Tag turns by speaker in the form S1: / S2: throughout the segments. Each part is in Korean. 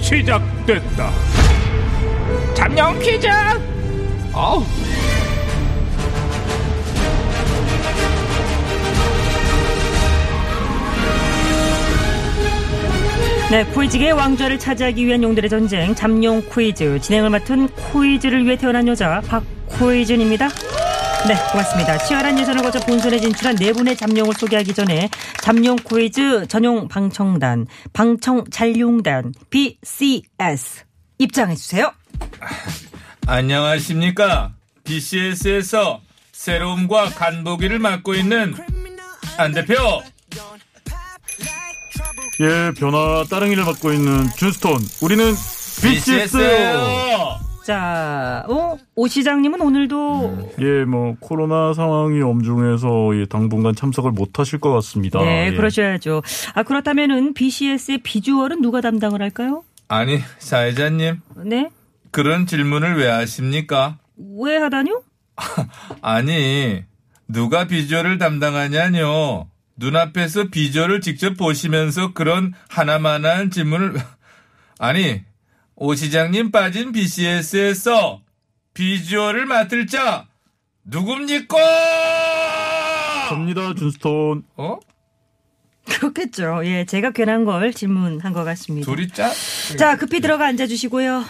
S1: 시작됐다. 잠룡 퀴즈! 아우.
S2: 네, 코이즈의 왕좌를 차지하기 위한 용들의 전쟁 잠룡 코이즈 진행을 맡은 코이즈를 위해 태어난 여자 박코이즈입니다. 네, 고맙습니다. 치열한 예선을 거쳐 본선에 진출한 네 분의 잠룡을 소개하기 전에 잠룡 코이즈 전용 방청단, 방청 잔룡단 BCS 입장해 주세요.
S3: 안녕하십니까. BCS에서 새로움과 간보기를 맡고 있는 안 대표.
S4: 예, 변화 따릉이를 맡고 있는 준스톤. 우리는 BCS.
S3: BCS예요.
S2: 자, 어? 오 시장님은
S3: 음.
S2: 오늘도
S4: 예, 뭐 코로나 상황이 엄중해서 예, 당분간 참석을 못 하실 것 같습니다.
S2: 네,
S4: 예.
S2: 그러셔야죠. 아, 그렇다면은 BCS의 비주얼은 누가 담당을 할까요?
S3: 아니, 사회자님.
S2: 네?
S3: 그런 질문을 왜 하십니까?
S2: 왜 하다뇨?
S3: 아니, 누가 비주얼을 담당하냐뇨. 눈앞에서 비주얼을 직접 보시면서 그런 하나만한 질문을. 아니, 오 시장님 빠진 BCS에서 비주얼을 맡을 자, 누굽니까?
S4: 갑니다, 준스톤.
S3: 어?
S2: 그렇겠죠. 예, 제가 괜한 걸 질문한 것 같습니다.
S3: 둘이 짜?
S2: 자, 급히 들어가 앉아주시고요.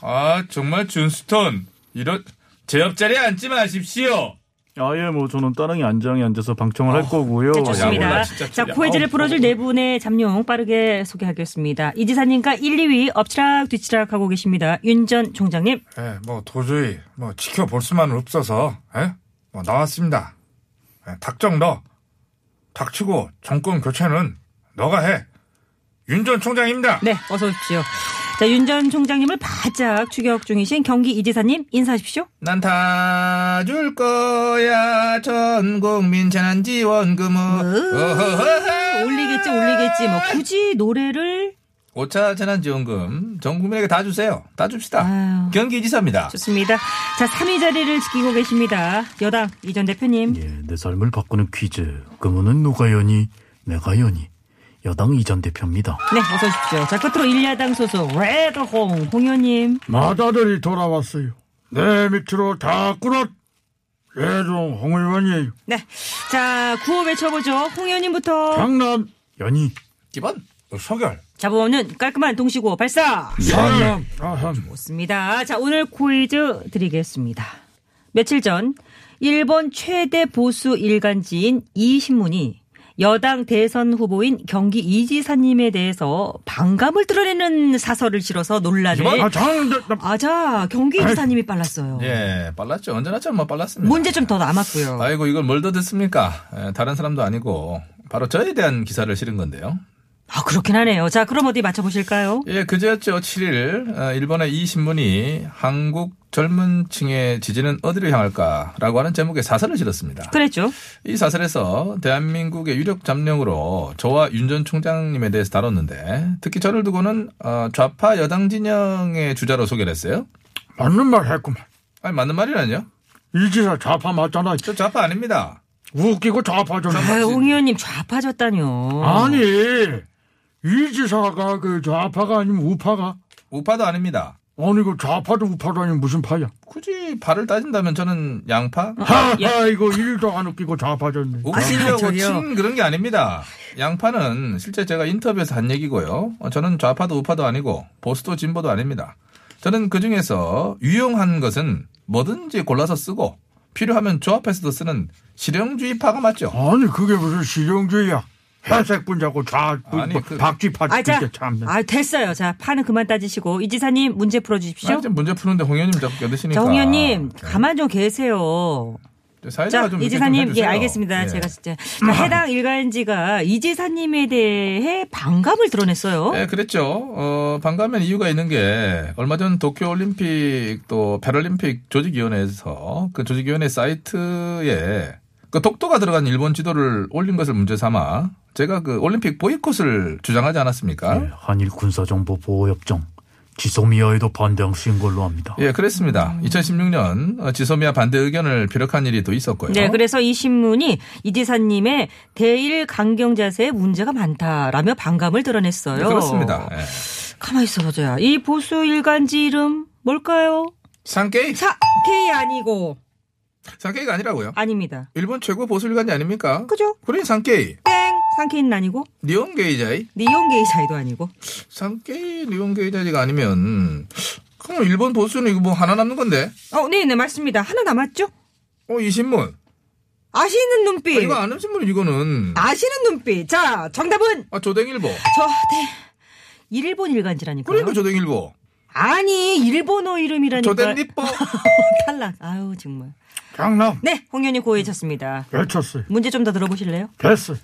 S3: 아, 정말 준스톤. 이런, 제 옆자리에 앉지 마십시오.
S4: 아예 뭐 저는 따릉이 안장에 앉아서 방청을 할 거고요. 예.
S2: 자, 어, 좋습니다.
S3: 몰라, 진짜
S2: 자,
S3: 틀려.
S2: 코에즈를
S3: 아우,
S2: 풀어줄 네 분의 잠룡 빠르게 소개하겠습니다. 이지사님과 1, 2위 엎치락 뒤치락 하고 계십니다. 윤 전 총장님,
S5: 예, 뭐 도저히 뭐 지켜볼 수만은 없어서 예? 뭐 나왔습니다. 예, 닥정 너 닥치고 정권 교체는 너가 해. 윤 전 총장입니다.
S2: 네, 어서 오십시오. 자, 윤 전 총장님을 바짝 추격 중이신 경기 이지사님 인사하십시오.
S3: 난 다 줄 거야 전 국민 재난 지원금은 어허허허.
S2: 어. 올리겠지, 올리겠지. 뭐 굳이 노래를
S3: 5차 재난 지원금 전 국민에게 다 주세요. 다 줍시다.
S2: 아유.
S3: 경기지사입니다.
S2: 좋습니다. 자, 3위 자리를 지키고 계십니다. 여당 이 전 대표님.
S4: 예, 내 삶을 바꾸는 퀴즈. 그문은 누가 여니? 내가 여니. 여당 이전 대표입니다.
S2: 네, 어서 오십시오. 자, 끝으로 일야당 소속 레드홍 홍현님.
S6: 마다들이 돌아왔어요. 내 밑으로 다 꾸럿. 예종 홍 의원이에요.
S2: 네. 자, 구호 외쳐보죠. 홍현님부터.
S6: 강남
S4: 연이.
S3: 기본.
S5: 소결.
S2: 잡아오는 깔끔한 동시구호 발사.
S6: 사람 아함
S2: 좋습니다. 자, 오늘 퀴즈 드리겠습니다. 며칠 전 일본 최대 보수 일간지인 이 신문이 여당 대선 후보인 경기 이지사님에 대해서 반감을 드러내는 사설을 실어서 논란을
S3: 네.
S6: 아 장남
S2: 아자 경기 이지사님이 빨랐어요.
S3: 예, 빨랐죠. 언제나처럼 뭐 빨랐습니다.
S2: 문제 좀 더 남았고요.
S3: 어. 아이고 이걸 뭘 더 듣습니까? 예, 다른 사람도 아니고 바로 저에 대한 기사를 실은 건데요.
S2: 아 그렇긴 하네요. 자 그럼 어디 맞춰보실까요?
S3: 예, 그제였죠. 7일 어, 일본의 이 신문이 한국 젊은 층의 지지는 어디로 향할까라고 하는 제목의 사설을 실었습니다.
S2: 그랬죠.
S3: 이 사설에서 대한민국의 유력 잠룡으로 저와 윤 전 총장님에 대해서 다뤘는데 특히 저를 두고는 어, 좌파 여당 진영의 주자로 소개를 했어요.
S6: 맞는 말 했구만.
S3: 아니 맞는 말이라뇨?
S6: 이지사 좌파 맞잖아.
S3: 저 좌파 아닙니다.
S6: 웃기고 좌파잖아.
S2: 아유, 홍 의원님 좌파졌다뇨.
S6: 아니 이지사가 그 좌파가 아니면 우파가
S3: 우파도 아닙니다.
S6: 아니 그 좌파도 우파도 아니면 무슨 파야?
S3: 굳이 발을 따진다면 저는 양파?
S6: 하하
S3: 예.
S6: 이거 일도 안 웃기고 좌파졌네.
S3: 웃기려고
S2: 아, 저기요.
S3: 친 그런 게 아닙니다. 양파는 실제 제가 인터뷰에서 한 얘기고요. 어, 저는 좌파도 우파도 아니고 보수도 진보도 아닙니다. 저는 그 중에서 유용한 것은 뭐든지 골라서 쓰고 필요하면 조합해서도 쓰는 실용주의파가 맞죠.
S6: 아니 그게 무슨 실용주의야? 회색 분자고 좌
S3: 아니, 그-
S6: 박쥐파
S2: 아, 자,
S6: 진짜 그러니까 참네.
S2: 아, 됐어요. 자, 파는 그만 따지시고 이지사님
S3: 아,
S2: 문제 풀어주십시오.
S3: 그러니까. 아니, 지금 문제 푸는데 홍 의원님 자꾸
S2: 자,
S3: 껴드시니까.
S2: 홍 의원님 가만 좀 계세요.
S3: 사회자가
S2: 자,
S3: 네. 좀
S2: 이
S3: 이렇게 좀
S2: 지사님, 예,
S3: 해주세요.
S2: 알겠습니다.
S3: 예.
S2: 제가 진짜. 자, 해당 일간지가 이 지사님에 대해 반감을 드러냈어요.
S3: 네, 그랬죠. 어, 반가면 이유가 있는 게 얼마 전 도쿄 올림픽 또 패럴림픽 조직위원회에서 그 조직위원회 사이트에 그 독도가 들어간 일본 지도를 올린 것을 문제 삼아 제가 그 올림픽 보이콧을 주장하지 않았습니까?
S4: 예, 한일 군사정보 보호협정 지소미아에도 반대하신 걸로 합니다.
S3: 예, 그랬습니다. 2016년 지소미아 반대 의견을 비력한 일이 또 있었고요.
S2: 네, 그래서 이 신문이 이 지사님의 대일 강경 자세에 문제가 많다라며 반감을 드러냈어요.
S3: 네, 그렇습니다. 예.
S2: 가만히 있어보자. 이 보수 일간지 이름 뭘까요?
S3: 상케이?
S2: 자, K 아니고
S3: 상케이가 아니라고요.
S2: 아닙니다.
S3: 일본 최고 보수일간이 아닙니까?
S2: 그죠?
S3: 그러니
S2: 땡
S3: 상케이,
S2: 상케이는 아니고
S3: 니온게이자이,
S2: 니온게이 사이도 아니고
S3: 상케이 니온게이자이가 아니면 그럼 일본 보수는 이거 뭐 하나 남는 건데?
S2: 어, 네네 맞습니다. 하나 남았죠?
S3: 어, 이 신문.
S2: 아시는
S3: 아,
S2: 눈빛.
S3: 이거 아는 신문 이거는
S2: 아시는 눈빛. 자, 정답은
S3: 아, 조댕일보.
S2: 저 네. 일본 일간지라니까요.
S3: 그러니까 조댕일보.
S2: 아니, 일본어 이름이라니까. 아,
S3: 조댕리뽀.
S2: 탈락. 아유, 정말.
S6: 강남
S2: 네, 홍현이 고해졌습니다.
S6: 외쳤어요.
S2: 문제 좀 더 들어보실래요?
S6: 됐어.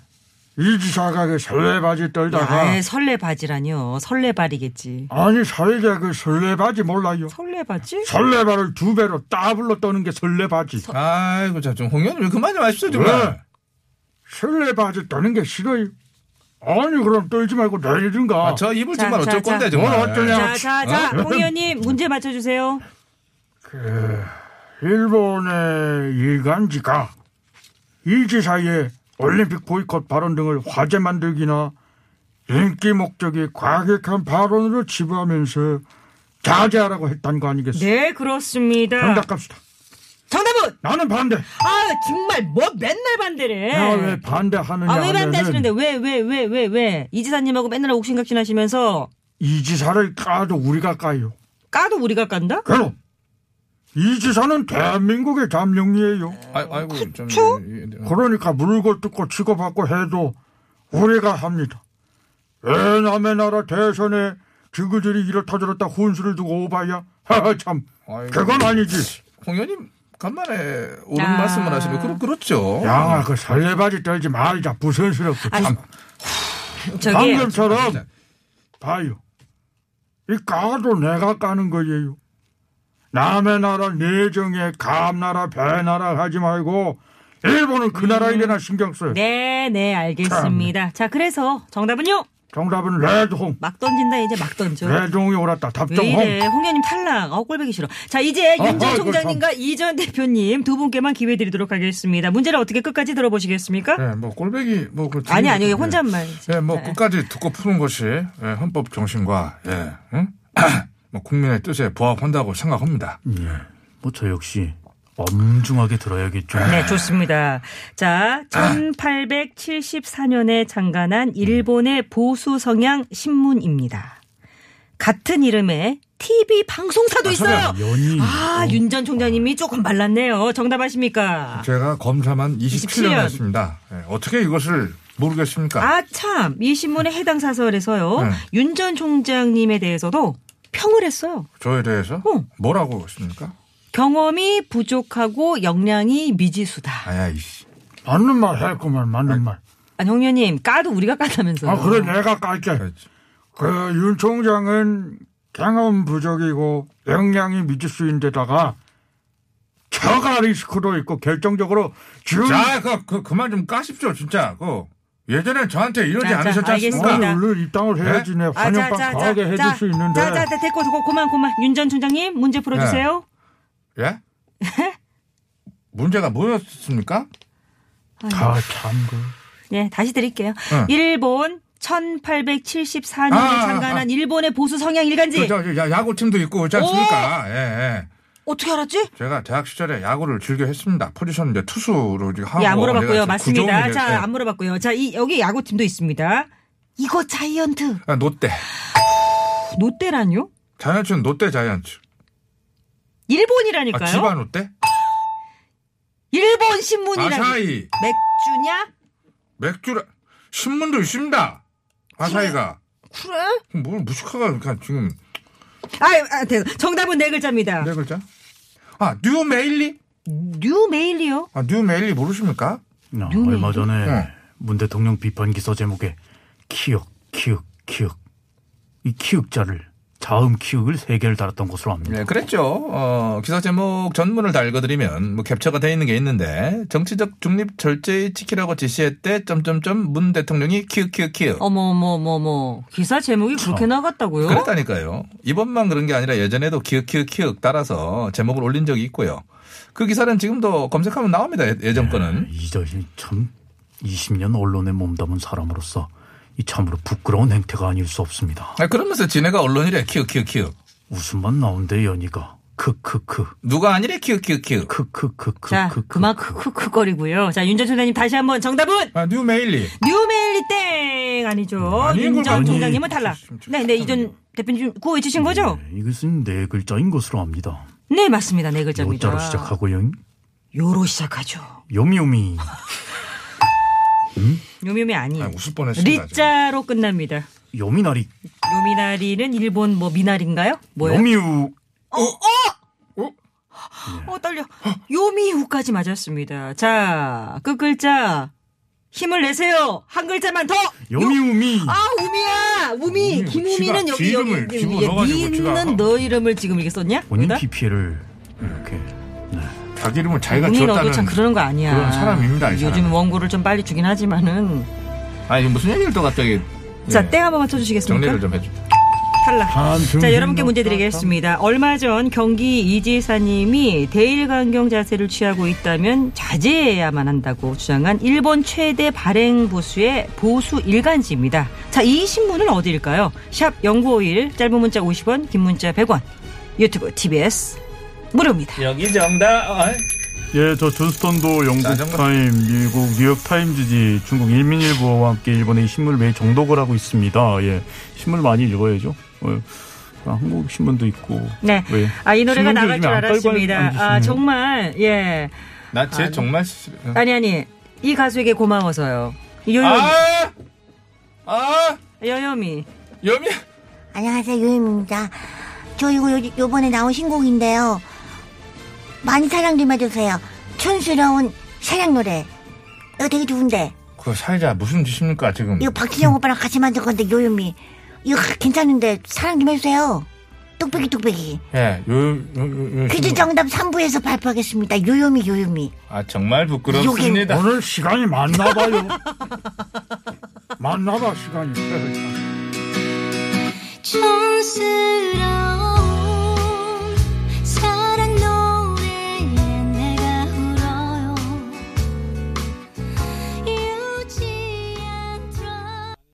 S6: 이 지사가 그 설레바지 떨다가
S2: 아, 설레바지라뇨. 설레발이겠지.
S6: 아니 사회자 그 설레바지 몰라요.
S2: 설레바지?
S6: 설레발을 두 배로 따블로 떠는 게 설레바지.
S3: 아이고, 자, 좀 홍현님 왜 그만 좀 하십시오,
S6: 왜?
S3: 정말.
S6: 설레바지 떠는 게 싫어요. 아니 그럼 떨지 말고 내리든가.
S3: 아, 저 입을
S2: 자,
S3: 정말
S2: 자,
S3: 어쩔
S2: 자.
S3: 건데, 정말.
S6: 뭘 어쩌냐.
S2: 자, 자, 자, 홍현님 문제 맞춰주세요.
S6: 일본의 일간지가 이 지사의 올림픽 보이콧 발언 등을 화제 만들기나 인기 목적이 과격한 발언으로 치부하면서 자제하라고 했다는 거 아니겠어?
S2: 네, 그렇습니다.
S6: 정답 갑시다.
S2: 정답은
S6: 나는 반대.
S2: 아 정말 뭐 맨날 반대래.
S6: 내가 왜 반대하느냐
S2: 아, 왜
S6: 하면은
S2: 반대하시는데 왜 왜 왜 왜 왜? 이지사님하고 맨날 옥신각신 하시면서
S6: 이 지사를 까도 우리가 까요.
S2: 까도 우리가 깐다?
S6: 그럼 이 지사는 대한민국의 잠룡이에요.
S3: 아,
S2: 그
S3: 아이고, 좀. 예, 예,
S6: 그러니까 물고 뜯고 치고받고 해도 우리가 합니다. 왜 남의 나라 대선에 지그들이 이렇다 저렇다 혼수를 두고 오바야? 하하 참
S3: 아이고.
S6: 그건 아니지.
S3: 홍현님 간만에 옳은
S2: 아.
S3: 말씀을 하시면 그렇 그렇죠.
S6: 양아 그 설레바지 떨지 말자 부선스럽고
S2: 어? 아니,
S6: 참.
S2: 저기 예.
S6: 방금처럼 봐요. 이 까도 내가 까는 거예요. 남의 나라 내정에 감나라 배나라 하지 말고 일본은 그 나라에게나 신경 써요.
S2: 음. 네네 알겠습니다. 자 그래서 정답은요
S6: 정답은 레드홍.
S2: 막 던진다 이제 막 던져.
S6: 레드홍이 옳았다.
S2: 네. 왜
S6: 답정홍.
S2: 이래 홍현님 탈락 어 꼴보기 싫어 자 이제
S6: 어,
S2: 윤 전
S6: 어,
S2: 총장님과 이 전 대표님 두 분께만 기회 드리도록 하겠습니다 문제를 어떻게 끝까지 들어보시겠습니까
S3: 네.
S5: 예, 뭐 꼴배기 뭐 그.
S2: 아니 아니요 혼잣말
S5: 예, 뭐
S2: 네.
S5: 끝까지 듣고 푸는 것이 예, 헌법 정신과 예, 응? 뭐 국민의 뜻에 부합한다고 생각합니다.
S4: 뭐 저 역시 엄중하게 들어야겠죠.
S2: 네, 좋습니다. 자, 1874년에 창간한 일본의 보수 성향 신문입니다. 같은 이름의 TV 방송사도 있어요.
S6: 음.
S4: 연이
S2: 아, 윤 전 총장님이 조금 말랐네요. 정답하십니까?
S5: 제가 검사만 27년,
S2: 27년.
S5: 했습니다. 예, 어떻게 이것을 모르겠습니까?
S2: 아, 참. 이 신문의 해당 사설에서요.
S5: 네.
S2: 윤 전 총장님에 대해서도 평을 했어요.
S5: 저에 대해서
S2: 어.
S5: 뭐라고 했습니까?
S2: 경험이 부족하고 역량이 미지수다.
S5: 아야 이씨.
S6: 맞는 말 했구만, 맞는 말.
S2: 아니, 홍련님, 까도 우리가 까다면서요.
S6: 아, 그래, 내가
S3: 네.
S6: 깔게. 그 윤 총장은 경험 부족이고 역량이 미지수인데다가 처가 리스크도 있고 결정적으로 지금
S2: 음.
S5: 자, 그, 그 그만 좀 까십시오, 진짜. 그 예전에 저한테 이러지
S2: 아, 자, 자,
S5: 않으셨지 않습니까?
S2: 알겠습니다.
S6: 오늘 입당을 해야지 내
S2: 아, 자,
S6: 환영방
S2: 자,
S6: 강하게
S2: 자,
S6: 해줄
S2: 자,
S6: 수 있는데
S2: 자, 자, 자, 됐고, 됐고, 그만, 그만. 윤 전 총장님, 문제 풀어주세요.
S5: 예? 문제가 뭐였습니까?
S6: 아, 참 그.
S2: 네, 다시 드릴게요.
S5: 응.
S2: 일본 1874년에
S5: 아, 아,
S2: 창간한
S5: 아.
S2: 일본의 보수 성향 일간지.
S5: 그, 저, 저, 야, 야구팀도 있고 그렇지 않습니까? 예, 예.
S2: 어떻게 알았지?
S5: 제가 대학 시절에 야구를 즐겨 했습니다. 포지션 이제 투수로 지금 그 하고
S2: 예, 안 물어봤고요.
S5: 아, 뭐 내가
S2: 맞습니다.
S5: 구종이
S2: 자,
S5: 됐어요.
S2: 안 물어봤고요. 자, 이, 여기 야구팀도 있습니다. 이거 자이언트.
S5: 아, 롯데.
S2: 롯데라뇨?
S5: 자이언츠는 롯데 자이언츠. 아,
S2: 일본이라니까요?
S5: 지바 롯데?
S2: 일본 신문이라니.
S5: 아사히.
S2: 맥주냐?
S5: 맥주라. 신문도 있습니다. 아사히가.
S2: 그래?
S5: 그럼 뭘 무식하가 그러니까 지금
S2: 아, 아, 돼요. 정답은 네 글자입니다.
S5: 네 글자? 아, 뉴 메일리?
S2: 뉴메일이요?
S5: 아, 뉴메일리 모르십니까?
S4: 아,
S2: 눈이 네.
S4: 얼마 전에
S5: 응.
S4: 문 대통령 비판 기사 제목에 키읔, 키읔, 키읔 이 키읔자를 자음 키읔을 세 개를 달았던 것으로 압니다.
S3: 네, 그랬죠. 어, 기사 제목 전문을 다 읽어드리면 뭐 캡처가 돼 있는 게 있는데 정치적 중립 절제의 지키라고 지시했대. 점점점 문 대통령이 키읔키읔키읔.
S2: 어머 어머 어머 어머 기사 제목이 그렇게
S3: 어?
S2: 나갔다고요?
S3: 그랬다니까요. 이번만 그런 게 아니라 예전에도 키읔키읔키읔 따라서 제목을 올린 적이 있고요. 그 기사는 지금도 검색하면 나옵니다. 예- 예전
S2: 네.
S3: 거는.
S4: 이자신 참 20년 언론에 몸담은 사람으로서 이 참으로 부끄러운 행태가 아닐 수 없습니다.
S3: 아, 그러면서 지네가 언론이래. 키읔키읔키읔.
S4: 웃음만 나온대 연이가 크크크
S3: 누가 아니래. 키읔키읔키읔.
S4: 크크크크
S2: 자 그만 크크크거리고요. 자 윤 전 총장님 다시 한번 정답은
S5: 아, 뉴메일리.
S2: 뉴메일리 땡 아니죠?
S5: 아닌
S2: 윤 전
S4: 걸까요?
S2: 총장님은 탈락. 네네 이전 대표님 그거 외치신 거죠?
S4: 이것은 네 글자인 것으로 압니다.
S2: 네 맞습니다 네 글자입니다.
S4: 요자로 시작하고요.
S2: 요로 시작하죠.
S4: 요미요미
S2: 요미요미 아니에요.
S5: 아, 웃을 뻔했습니다. 지금.
S2: 리자로 끝납니다.
S4: 요미나리
S2: 요미나리는 일본 뭐 미나리인가요? 뭐예요?
S4: 요미우
S2: 어 떨려. 요미후까지 맞았습니다. 자, 끝 글자 힘을 내세요. 한 글자만 더. 요-
S4: 요미우미
S2: 아 우미야, 우미.
S5: 우미,
S2: 김우미는
S5: 지가
S2: 여기
S5: 지
S2: 여기
S5: 이름을
S2: 여기
S5: 집어
S2: 여기.
S5: 넣어가지고
S2: 니는
S5: 지가.
S2: 너 이름을 지금 이렇게 썼냐?
S4: 본인
S2: 여기다?
S4: PPL을 이렇게
S5: 자기 이름을 자기가
S2: 우미 너도 참
S5: 지었다는
S2: 그러는 거 아니야.
S5: 그런 사람입니다, 이 사람.
S2: 요즘 원고를 좀 빨리 주긴 하지만은.
S3: 아니 무슨 얘기를 또 갑자기.
S2: 자,
S3: 예,
S2: 땡 한번 맞춰주시겠습니까?
S3: 정리를 좀 해줘.
S2: 탈락. 자, 여러분께 문제 드리겠습니다. 얼마 전 경기 이지사님이 대일 강경 자세를 취하고 있다면 자제해야만 한다고 주장한 일본 최대 발행 보수의 보수 일간지입니다. 자, 이 신문은 어디일까요? 샵 0951, 짧은 문자 50원, 긴 문자 100원. 유튜브 TBS 무료입니다.
S3: 여기 정답.
S4: 예, 저 존스턴도 영국
S3: 자, 정말.
S4: 타임, 미국 뉴욕 타임즈지, 중국 일민일보와 함께 일본의 신문을 매일 정독을 하고 있습니다. 예, 신문 많이 읽어야죠. 어, 아, 한국 신문도 있고.
S2: 네.
S4: 왜?
S2: 아, 이 노래가
S4: 신문도
S2: 나갈
S4: 요즘에
S2: 줄
S4: 안 깔고
S2: 알았습니다.
S4: 앉으시네요. 네.
S2: 아, 정말, 예.
S3: 나 쟤 정말 싫어.
S2: 아니, 아니. 이 가수에게 고마워서요. 요요미.
S3: 아! 아!
S2: 요요미.
S3: 여미
S7: 안녕하세요 유임입니다. 저 이거 요, 요번에 나온 신곡인데요. 많이 사랑 좀 해주세요. 촌스러운 사랑 노래. 이거 되게 좋은데.
S5: 그 사회자 무슨 짓입니까 지금?
S7: 이거 박진영 오빠랑 같이 만든 건데 요요미. 이거 괜찮은데 사랑 좀 해주세요. 뚝배기 뚝배기.
S3: 예, 요, 요, 요, 요.
S7: 퀴즈 정답 3부에서 발표하겠습니다. 요요미 요요미.
S3: 아, 정말 부끄럽습니다.
S6: 오늘 시간이 많나 봐요. 많나 봐 시간이.
S8: 촌스러운